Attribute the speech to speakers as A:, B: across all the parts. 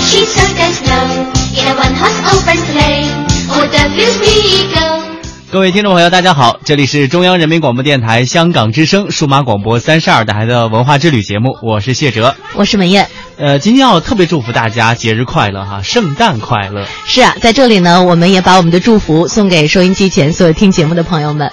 A: She sucked us low in a one horse open sleigh. Oh, the fields we go.
B: 各位听众朋友，大家好，这里是中央人民广播电台香港之声数码广播三十二台的文化之旅节目，我是谢哲。
C: 我是文燕。
B: 呃，今天要特别祝福大家节日快乐哈，圣诞快乐。
C: 是啊，在这里呢，我们也把我们的祝福送给收音机前所有听节目的朋友们。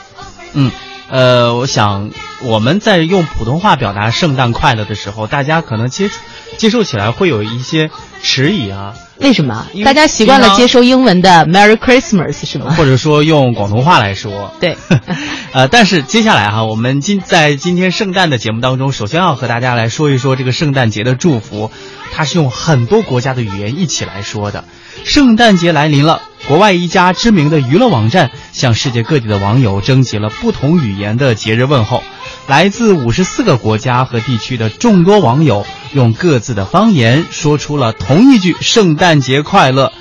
B: 嗯，呃，我想我们在用普通话表达圣诞快乐的时候，大家可能接触接受起来会有一些迟疑啊，
C: 为什么
B: 因为？
C: 大家习惯
B: 平
C: 了
B: 常
C: 接收英文的 “Merry Christmas” 是吗？
B: 或者说用广东话来说，
C: 对
B: 呃，但是接下来哈、我们今在今天圣诞的节目当中，首先要和大家来说一说这个圣诞节的祝福，它是用很多国家的语言一起来说的。圣诞节来临了，国外一家知名的娱乐网站向世界各地的网友征集了不同语言的节日问候，来自五十四个国家和地区的众多网友用各自的方言说出了同一句“圣诞节快乐”。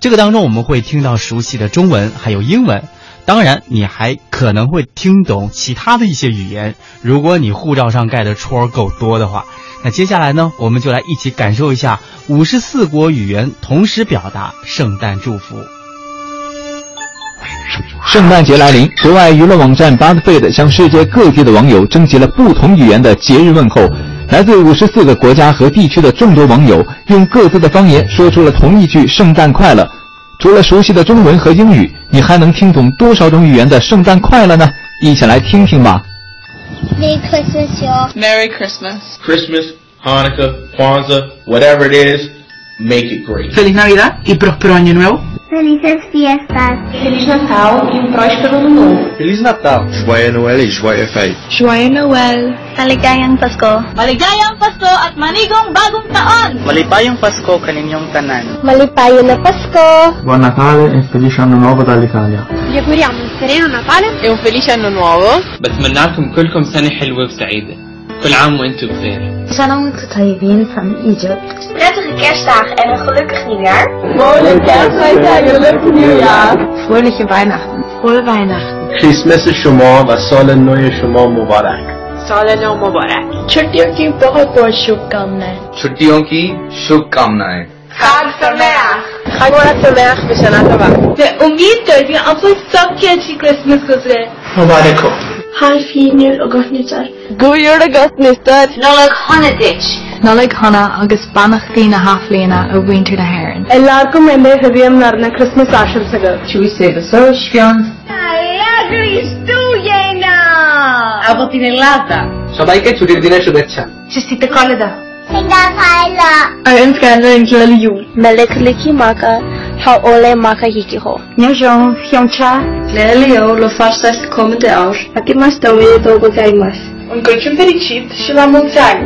B: 这个当中我们会听到熟悉的中文，还有英文。当然，你还可能会听懂其他的一些语言，如果你护照上盖的戳儿够多的话。那接下来呢，我们就来一起感受一下五十四国语言同时表达圣诞祝福。
D: 圣诞节来临，国外娱乐网站 BuzzFeed 向世界各地的网友征集了不同语言的节日问候。来自五十四个国家和地区的众多网友用各自的方言说出了同一句“圣诞快乐”。除了熟悉的中文和英语，你还能听懂多少种语言的“圣诞快乐”呢？一起来听听吧。
E: Merry Christmas, y'all.
F: Merry Christmas.
G: Christmas, Hanukkah, Kwanzaa, whatever it is, make it great.
F: Feliz Navidad y próspero año nuevo.
E: Felices fiestas. Feliz Natal e um próspero ano novo.
G: Feliz Natal. Joyeux Noël et joyeux fête.
E: Joyeux Noel. Maligayang Pasko.
F: Maligayang Pasko at manigong bagong taon! Malipayang Pasko kaninyong tanan.
E: Malipayo na Pasko.
D: Buon Natale e felice anno nuovo dall'Italia.
E: Vi auguriamo un sereno Natale.
F: E un felice anno nuovo.
H: بتمنى لكم كلكم سنة حلوة وسعيدة كل عام وانتم بخير
E: Prettige kerstdagen en een gelukkig nieuwjaar.
G: Christmas شما و سال نو شما مبارک.
H: छुट्टियों की शुभकामनाएं
E: Gaan vermeer. We omwieten die appel stokje als je Christmas gezet.
G: مبارکو.
E: Half vier uur organisator.
F: Nalig hana agus banach dina haflina a winter na heron.
E: Ellarkum ende hൃദയം നിറഞ്ഞ ക്രിസ്മസ് ആശംസകൾ
H: সবাইকে ছুটির দিনের শুভেচ্ছা
E: Melekiliki maka ha ole maka hiki ho. Nyojong hyongcha. Lelio lo fastas komende aus. Akimas dowie do gozaimas.
F: Un colchon fericit și la mulți ani.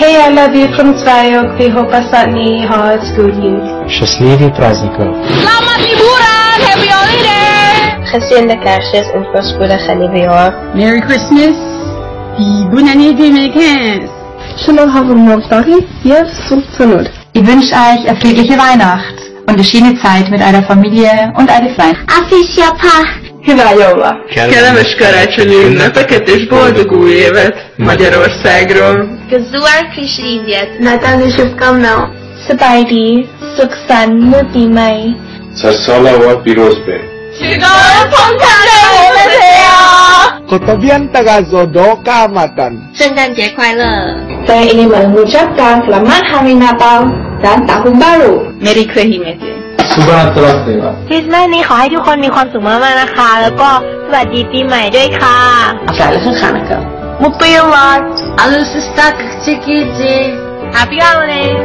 E: Hey, I love you from Zayog. We hope us at me hearts good news.
F: Slamat liburan! Happy holiday!
E: Gezinde kerstjes en voorspoedige nieuwe jaar.
F: Merry Christmas! Y bun ane de mekens!
E: Shalom havum novdagi. Yes, sultanur.
F: Ich wünsche euch eine friedliche Weihnacht und eine schöne Zeit mit eurer Familie und euren Freunden.
E: Afisha pa. Hinayola.
F: Kellemes karácsonyi ünnepeket és boldog új évet Magyarországról!
A: Gezuar Krishniviet.
E: Natali shubkamnao. Sabaidi. Suksan muti mai.
G: سرسالا و پیروز به.
D: Kotobian Tagazodo Kamatan.
A: 圣诞节快乐！
E: Saya ingin mengucapkan selamat Hari Natal dan Tahun Baru.
F: Merry Christmas!
D: Subhan Talas Deva.
E: คริสต์มาสนี้ขอให้ทุกคนมีความสุขมากๆนะคะ แล้วก็สวัสดีปีใหม่ด้วยค่ะอาการเรื่องขานกมุกปีวอดอาลูสตักชิกิจิฮปปี้ฮอลิเดย์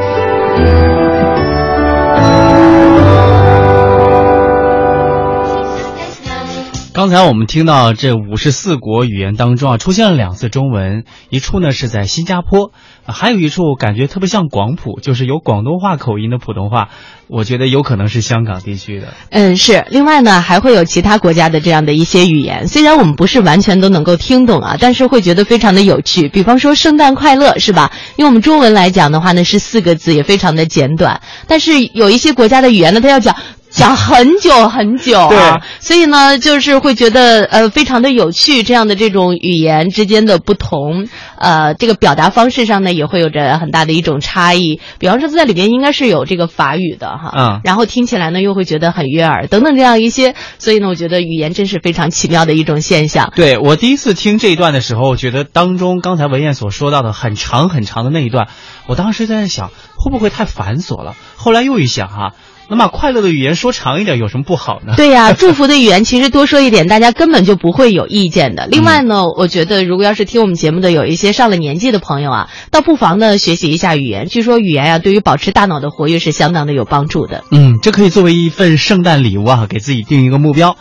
B: 刚刚才我们听到这五十四国语言当中啊，出现了两次中文，一处呢是在新加坡，啊还有一处感觉特别像广普，就是有广东话口音的普通话，我觉得有可能是香港地区的。
C: 嗯，是。另外呢，还会有其他国家的这样的一些语言，虽然我们不是完全都能够听懂啊，但是会觉得非常的有趣。比方说“圣诞快乐”是吧？用我们中文来讲的话呢，是四个字，也非常的简短。但是有一些国家的语言呢，它要讲。讲很久很久啊，所以呢，就是会觉得呃非常的有趣，这样的这种语言之间的不同，呃，这个表达方式上呢也会有着很大的一种差异。比方说在里边应该是有这个法语的哈，
B: 嗯
C: 然后听起来呢又会觉得很悦耳，等等这样一些，所以呢，我觉得语言真是非常奇妙的一种现象。
B: 对我第一次听这一段的时候，觉得当中刚才文燕所说到的很长很长的那一段，我当时在想会不会太繁琐了？后来又一想哈、能把快乐的语言说长一点有什么不好呢？
C: 对呀、 祝福的语言其实多说一点，大家根本就不会有意见的。另外呢，我觉得如果要是听我们节目的有一些上了年纪的朋友啊，倒不妨呢学习一下语言。据说语言啊，对于保持大脑的活跃是相当的有帮助的。
B: 嗯，这可以作为一份圣诞礼物啊，给自己定一个目标。